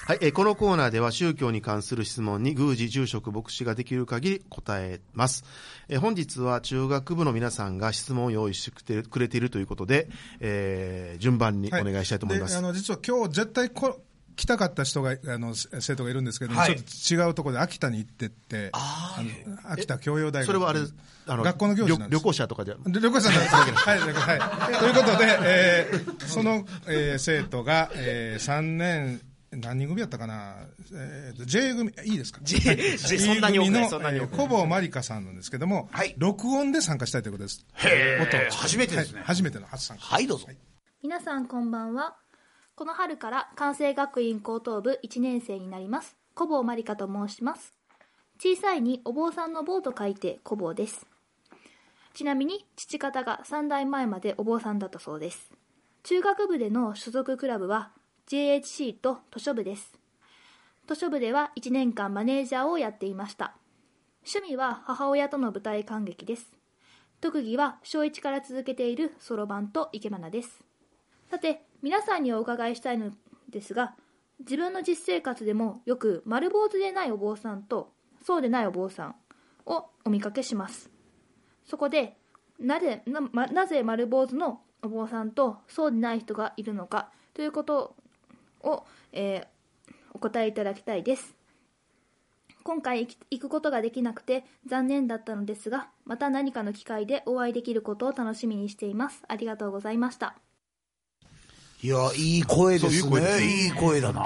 [SPEAKER 3] はい、えーこのコーナーでは宗教に関する質問に宮司住職牧師ができる限り答えます。えー本日は中学部の皆さんが質問を用意してくれているということで、えー順番にお願いしたいと思います。
[SPEAKER 4] であの実は今日絶対こ来たかった人があのせ生徒がいるんですけども、
[SPEAKER 1] はい
[SPEAKER 4] ちょっと違うところで秋田に行ってってあの秋田教養大学
[SPEAKER 3] それはあれ、あ
[SPEAKER 4] 学校の行事なんで
[SPEAKER 3] 旅旅
[SPEAKER 4] す
[SPEAKER 3] 行者とかじゃ、
[SPEAKER 4] で旅行者なんですはい、旅行はい。ということで、えーその、えー生徒が、えー、3年、何人組やったかな、えーと、J 組、いいですか
[SPEAKER 5] J J そんなに多くないそんなに多く
[SPEAKER 4] ほぼマリカさんなんですけども、
[SPEAKER 1] はい
[SPEAKER 4] 録音で参加したいということです。
[SPEAKER 1] えー初めてですね。
[SPEAKER 4] はい初めての初参加。
[SPEAKER 1] はい、どうぞ。
[SPEAKER 8] 皆さんこんばんはこの春から関西学院高等部1年生になります小坊まりかと申します小さいにお坊さんの坊と書いて小坊ですちなみに父方が3代前までお坊さんだったそうです中学部での所属クラブは JHC と図書部です図書部では1年間マネージャーをやっていました趣味は母親との舞台観劇です特技は小1から続けているそろばんと生け花ですさて皆さんにお伺いしたいのですが自分の実生活でもよく丸坊主でないお坊さんとそうでないお坊さんをお見かけしますそこでなぜな,、ま、なぜ丸坊主のお坊さんとそうでない人がいるのかということを、えーお答えいただきたいです今回行き行くことができなくて残念だったのですがまた何かの機会でお会いできることを楽しみにしていますありがとうございました
[SPEAKER 1] いや、いい声です
[SPEAKER 3] そういい声です
[SPEAKER 1] ね。いい声だな。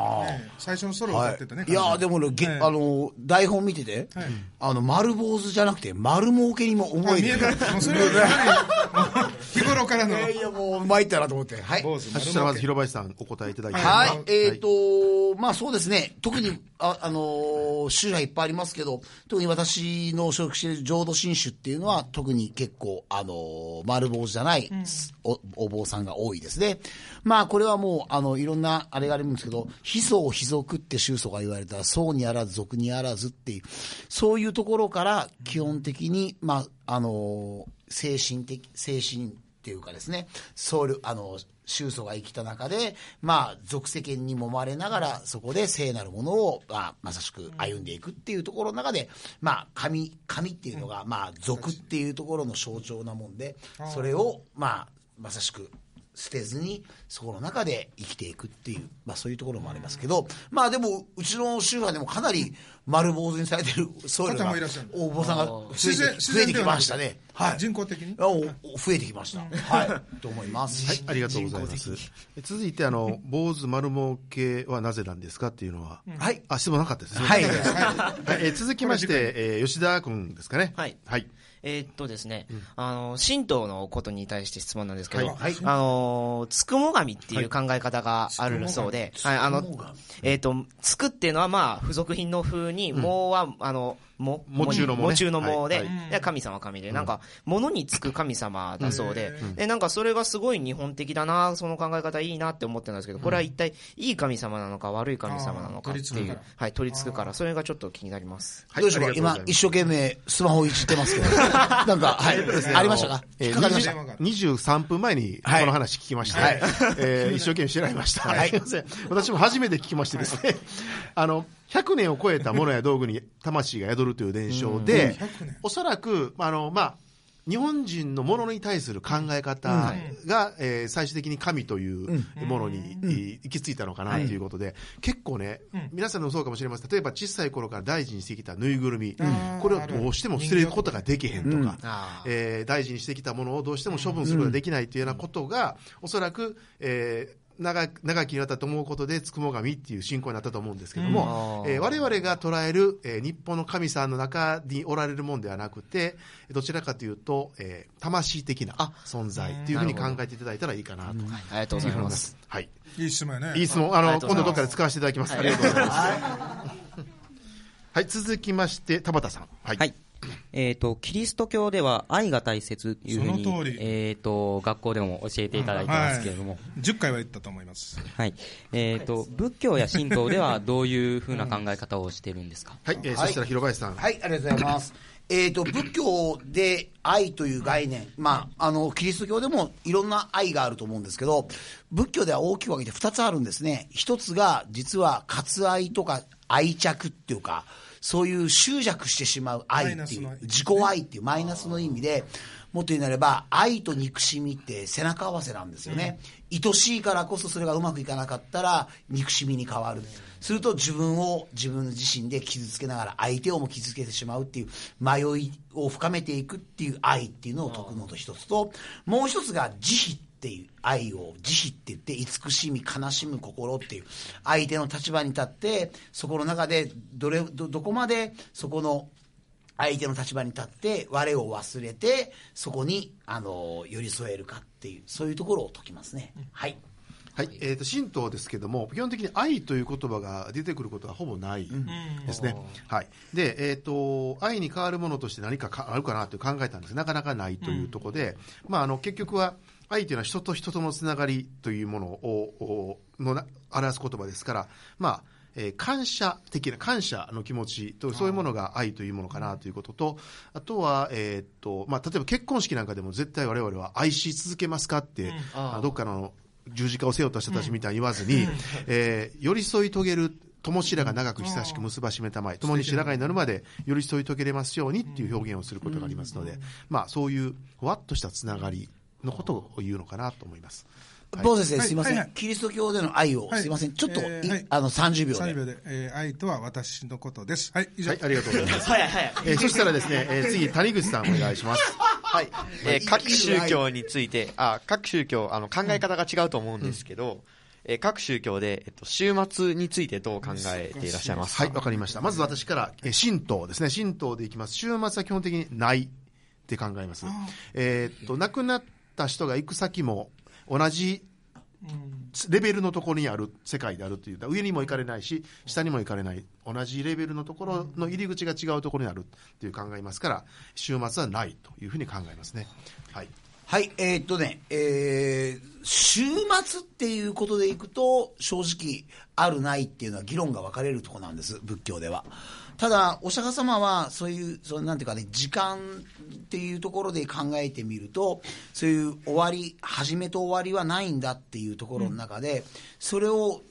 [SPEAKER 4] 最初のソロを歌
[SPEAKER 1] は
[SPEAKER 4] ってたね。
[SPEAKER 1] い、いやでもね、げ
[SPEAKER 4] ええ
[SPEAKER 1] あの台本見てて、
[SPEAKER 4] はい
[SPEAKER 1] あの丸坊主じゃなくて丸儲けにも思え
[SPEAKER 4] 見
[SPEAKER 1] て
[SPEAKER 4] え
[SPEAKER 1] る [LAUGHS]
[SPEAKER 4] たもうそれはやはり日頃から
[SPEAKER 1] い
[SPEAKER 4] の
[SPEAKER 1] やいやもう参ったなと思ってはい
[SPEAKER 4] 坊主
[SPEAKER 3] そしたらまず広林さんお答えいただきます
[SPEAKER 1] はい、
[SPEAKER 4] はい
[SPEAKER 1] えっ、とまあそうですね、特に、あ、あのー宗派いっぱいありますけど、特に私の所属している浄土真宗っていうのは、特に結構、あのー丸坊主じゃない、お、お坊さんが多いですね。まあこれはもう、あの、いろんな、あれがあるんですけど、非僧非俗って宗祖が言われたら、僧にあらず、俗にあらずっていう、そういうところから、基本的に、まあ、あのー精神的、精神、っていうかですね、僧侶、あの、宗祖が生きた中で、まあ、俗世間に揉まれながら、そこで聖なるものを、まあ、まさしく歩んでいくっていうところの中で、まあ、神、神っていうのが、まあ、俗っていうところの象徴なもんで、それを、まあ、まさしく、捨てずに、そこの中で生きていくっていう、まあそういうところもありますけど、まあでも、うちの宗派でもかなり丸坊主にされてる僧侶
[SPEAKER 4] 方
[SPEAKER 1] が
[SPEAKER 4] もいらっしゃる、
[SPEAKER 1] お坊さんが増
[SPEAKER 4] 自
[SPEAKER 1] え
[SPEAKER 4] 然
[SPEAKER 1] てき
[SPEAKER 4] 自
[SPEAKER 1] 増え
[SPEAKER 4] 然
[SPEAKER 1] て
[SPEAKER 4] で
[SPEAKER 1] き
[SPEAKER 4] は
[SPEAKER 1] ま
[SPEAKER 4] なくて
[SPEAKER 1] したね。はい。
[SPEAKER 4] 人工的に
[SPEAKER 1] あおお増えてきました。はい。と思います。
[SPEAKER 3] はい、ありがとうございます。え続いて、あの、坊主丸儲けはなぜなんですかっていうのは、
[SPEAKER 1] はい。
[SPEAKER 3] あ、質問なかったですね。
[SPEAKER 1] はい。
[SPEAKER 3] はいえー続きまして、えー吉田君ですかね。
[SPEAKER 5] はい
[SPEAKER 3] はい。
[SPEAKER 5] えーっとですね、あの、神道のことに対して質問なんですけど、
[SPEAKER 3] はいはい
[SPEAKER 5] あの、つくも神っていう考え方があるそうで、はい、あの
[SPEAKER 1] つくも神、
[SPEAKER 5] えーっと、つくっていうのはまあ、付属品の風に、もは、あの、も、
[SPEAKER 3] 喪中の喪ね
[SPEAKER 5] 喪中のもで、
[SPEAKER 3] はい
[SPEAKER 5] で神様は神で、なんか、物につく神様だそうで、で、なんかそれがすごい日本的だな、その考え方いいなって思ってたんですけど、これは一体いい神様なのか悪い神様なのかって
[SPEAKER 4] あー取り付
[SPEAKER 5] い
[SPEAKER 4] く
[SPEAKER 5] う
[SPEAKER 4] から、
[SPEAKER 5] はい、取り付くから、それがちょっと気になります。
[SPEAKER 3] はい
[SPEAKER 1] どうでしょう
[SPEAKER 3] あ
[SPEAKER 1] か
[SPEAKER 3] り
[SPEAKER 1] 今
[SPEAKER 3] がとござい、ま
[SPEAKER 1] 一
[SPEAKER 3] す
[SPEAKER 1] 生懸命スマホをいじってますけど。なんか、
[SPEAKER 3] [LAUGHS]
[SPEAKER 1] はい。ありましたか
[SPEAKER 3] え
[SPEAKER 1] 引
[SPEAKER 3] ー
[SPEAKER 1] っかかりました。
[SPEAKER 3] 20 23分前にこ
[SPEAKER 1] はい
[SPEAKER 3] の話聞きまして、
[SPEAKER 1] はい
[SPEAKER 3] え
[SPEAKER 1] [LAUGHS]
[SPEAKER 3] ー一生懸命調べました。
[SPEAKER 1] はい
[SPEAKER 3] すいません。私も初めて聞きましてですね、あの、100年を超えたものや道具に魂が宿るという伝承で、おそらく、あの、まあ、日本人のものに対する考え方が、えー最終的に神というものに、えー行き着いたのかなということで、結構ね、皆さんのそうかもしれません。例えば小さい頃から大事にしてきたぬいぐるみ、これをどうしても捨てることができへんとか、
[SPEAKER 5] あー
[SPEAKER 3] えー大事にしてきたものをどうしても処分することができないというようなことが、おそらく、えー長く長きにわたって思うことで、つくも神っていう信仰になったと思うんですけども、
[SPEAKER 5] うん
[SPEAKER 3] えー我々が捉える、えー日本の神さんの中におられるもんではなくて、どちらかというと、えー魂的な存在っていうふうに考えていただいたらいいかなと。
[SPEAKER 5] ありがとうございます。
[SPEAKER 3] はい。
[SPEAKER 4] いい質問やね
[SPEAKER 3] いい質問。あ
[SPEAKER 5] あり
[SPEAKER 3] の、
[SPEAKER 5] がとう
[SPEAKER 3] 今度ど
[SPEAKER 5] ございます
[SPEAKER 3] っかで使わせていただきます。ありがとうございます。はい、続きまして、田畑さん。はい。
[SPEAKER 2] はい。えっ、と、キリスト教では愛が大切というふうに、
[SPEAKER 4] その通り
[SPEAKER 2] えっ、と、学校でも教えていただいてますけれども、
[SPEAKER 4] 10回は言ったと思います。
[SPEAKER 2] はい。えっ、と、仏教や神道ではどういうふうな考え方をしてるんですか、
[SPEAKER 3] はい、えーそしたら広林さん。
[SPEAKER 8] はい、ありがとうございます。えっと、仏教で愛という概念、まあ、あの、キリスト教でもいろんな愛があると思うんですけど、仏教では大きく分けて2つあるんですね。1つが、実は、割愛とか愛着っていうか、そういう執着してしまう愛
[SPEAKER 4] マイナ
[SPEAKER 8] っ
[SPEAKER 4] ス
[SPEAKER 8] てい
[SPEAKER 4] の愛
[SPEAKER 8] う、自己愛っていうマイナスの意味で、もっと言うなれば、愛と憎しみって背中合わせなんですよね。愛しいからこそそれがうまくいかなかったら、憎しみに変わる。すると自分を自分自身で傷つけながら、相手をも傷つけてしまうっていう、迷いを深めていくっていう愛っていうのを解くのと一つと、もう一つが慈悲っていう愛を慈悲って言って慈しみ悲しむ心っていう相手の立場に立ってそこの中でどれどどこまでそこの相手の立場に立って我を忘れてそこにあの寄り添えるかっていうそういうところを解きますね、はい
[SPEAKER 3] はい、えっ、と、神道ですけども、基本的に愛という言葉が出てくることはほぼないですね。はい。で、えっ、と、愛に変わるものとして何かかあるかなと考えたんですが、なかなかないというところで、まあ、あの、結局は、愛というのは人と人とのつながりというものを、おのな表す言葉ですから、まあ、えー感謝的な感謝の気持ちとそういうものが愛というものかなということとあとは、えーっとまあ、例えば結婚式なんかでも絶対我々は愛し続けますかって、あのどっかの十字架を背負った人たちみたいに言わずに、えー寄り添い遂げる友白が長く久しく結ばしめたまえ共に白髪になるまで寄り添い遂げれますようにっていう表現をすることがありますので、まあ、そういうふわっとしたつながりのことを言うのかなと思います。はい
[SPEAKER 8] 坊先生
[SPEAKER 4] はい
[SPEAKER 8] すいません、
[SPEAKER 4] はいはい
[SPEAKER 8] キリスト教での愛を、
[SPEAKER 4] はい
[SPEAKER 8] すいませんちょっと、
[SPEAKER 4] えー
[SPEAKER 8] い
[SPEAKER 4] はい
[SPEAKER 8] あの30秒で
[SPEAKER 4] 3秒で、えー愛とは私のことです。はい、以上。
[SPEAKER 3] はい、ありがとうございます。
[SPEAKER 5] 早い早い。
[SPEAKER 3] えーそしたらですね、えー次、谷口さんお願いします。
[SPEAKER 6] はい、えー各宗教について、あ各宗教あの、考え方が違うと思うんですけど、えー各宗教で、えっと、週末についてどう考えていらっしゃいます
[SPEAKER 3] は
[SPEAKER 6] か、
[SPEAKER 3] い、わかりました。まず私から、えー神道ですね。神道でいきます。週末は基本的にないって考えます。えーっと、亡くなった人が行く先も同じレベルのところにある世界であるという上にも行かれないし下にも行かれない同じレベルのところの入り口が違うところにあるという考えますから週末はないというふうに考えますね。はい、
[SPEAKER 8] はい、えーっとね、えー週末っていうことでいくと、正直、あるないっていうのは議論が分かれるところなんです、仏教では。ただ、お釈迦様は、そういう、そのなんていうかね、時間っていうところで考えてみると、そういう終わり、始めと終わりはないんだっていうところの中で、それを、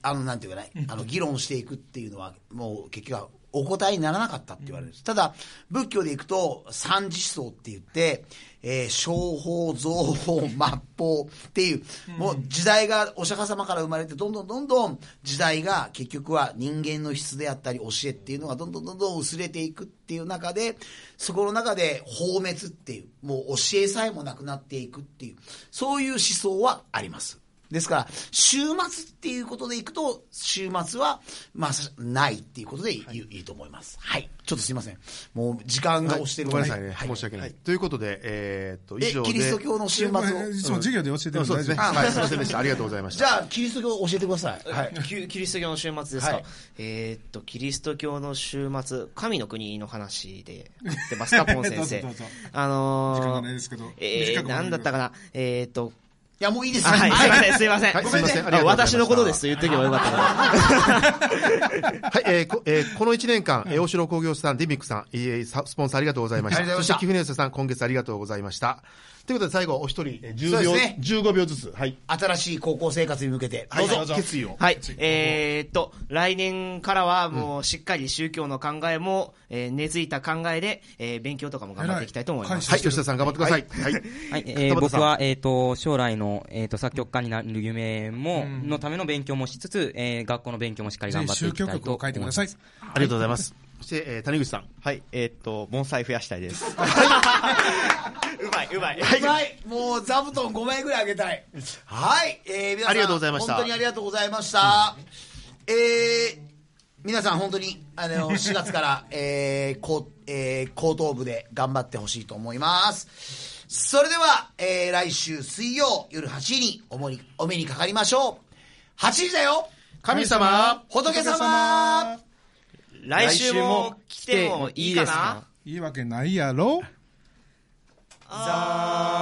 [SPEAKER 8] あの、なんていうかね、あの、議論していくっていうのは、もう結局は、お答えにならなかったって言われるんです。ただ、仏教でいくと、三次思想って言って、えー、商法、造法、末法っていう、もう時代がお釈迦様から生まれて、どんどんどんどん時代が結局は人間の質であったり、教えっていうのがどんどんどんどん薄れていくっていう中で、そこの中で、法滅っていう、もう教えさえもなくなっていくっていう、そういう思想はあります。ですから、週末っていうことでいくと、週末は、まあ、ないっていうことでいい,、い、いと思います。はい。ちょっとすいません。もう、時間が押してる
[SPEAKER 3] ごめん
[SPEAKER 8] の
[SPEAKER 3] なさい
[SPEAKER 8] で
[SPEAKER 3] ね、
[SPEAKER 8] はい
[SPEAKER 3] 申し訳ない、ということで、えーっと以
[SPEAKER 8] え、
[SPEAKER 3] 上で
[SPEAKER 8] キリスト教の週末を。
[SPEAKER 4] いつも授業で教えてるの
[SPEAKER 3] そうです
[SPEAKER 4] 大丈
[SPEAKER 3] ね、
[SPEAKER 4] 夫
[SPEAKER 3] はい、すみませんでしたありがとうございました
[SPEAKER 8] じゃあ、キリスト教を教えてください。はい。
[SPEAKER 5] [LAUGHS] キキリスト教の週末ですか、
[SPEAKER 8] はい
[SPEAKER 5] えーっと、キリスト教の週末、神の国の話で、出ますか、ポン先生。
[SPEAKER 4] どうぞどうぞ
[SPEAKER 5] あのー
[SPEAKER 4] 時間がないですけど
[SPEAKER 5] え
[SPEAKER 4] 短
[SPEAKER 5] ー、
[SPEAKER 4] くまとめてくだ
[SPEAKER 5] な
[SPEAKER 4] さい
[SPEAKER 5] んだったかな、えーっと、
[SPEAKER 8] いや、もういいです
[SPEAKER 5] あ
[SPEAKER 8] よ
[SPEAKER 5] はい、すいま [LAUGHS] せん、すいません。
[SPEAKER 3] はいすいませんありがとうございまし
[SPEAKER 5] あ
[SPEAKER 3] た
[SPEAKER 5] 私のことですと言っとけばよかったな。
[SPEAKER 3] はい、えーこえーこの1年間、えー大城工業さん、デミックさん、えーさスポンサーありがとうございました。
[SPEAKER 8] ありがとうございました
[SPEAKER 3] そして、キフネウスさん、今月ありがとうございました。ということで、最後、お一人、えー
[SPEAKER 8] そう
[SPEAKER 3] 10
[SPEAKER 8] です
[SPEAKER 3] 秒、
[SPEAKER 8] ね
[SPEAKER 3] 15秒ずつ。はい。
[SPEAKER 8] 新しい高校生活に向けて。
[SPEAKER 3] はい、
[SPEAKER 8] どうぞ。
[SPEAKER 3] 決意を。
[SPEAKER 5] はい、えーっと、来年からはもうしっかり宗教の考えも、えー根付いた考えで、えー勉強とかも頑張っていきたいと思います。
[SPEAKER 3] はい、吉田さん、頑張ってください。はい。
[SPEAKER 2] はい、えー
[SPEAKER 3] 田畑さ
[SPEAKER 2] 僕
[SPEAKER 3] ん
[SPEAKER 2] は、えっ、と、将来の、えっ、と、作曲家になる夢も、のための勉強もしつつ、えー学校の勉強もしっかり
[SPEAKER 4] ぜ
[SPEAKER 2] 頑
[SPEAKER 4] ひ
[SPEAKER 2] 張って
[SPEAKER 4] 宗教
[SPEAKER 2] いきたい
[SPEAKER 4] 曲
[SPEAKER 2] と
[SPEAKER 4] を書
[SPEAKER 2] 思
[SPEAKER 4] いてく
[SPEAKER 2] いま
[SPEAKER 4] だ
[SPEAKER 2] す
[SPEAKER 4] さい。
[SPEAKER 3] ありがとうございます。そして、えー谷口さん。
[SPEAKER 6] はい、えーっと、盆栽増やしたいです。
[SPEAKER 5] うまい、うまい。
[SPEAKER 8] はい、もう座布団5枚ぐらいあげたい。はい、えー、皆さん、
[SPEAKER 3] ありがとうございました
[SPEAKER 8] 本当にありがとうございました。えー、皆さん本当に、あ
[SPEAKER 3] [LAUGHS]
[SPEAKER 8] の、4月から、えー、こう、えー、後頭部で頑張ってほしいと思います。それでは、えー、来週水曜夜8時におもにお目にかかりましょう。8時だよ
[SPEAKER 3] 神様
[SPEAKER 8] 仏様
[SPEAKER 5] 来週も来てもいいかな
[SPEAKER 4] いいわけないやろ
[SPEAKER 5] ざ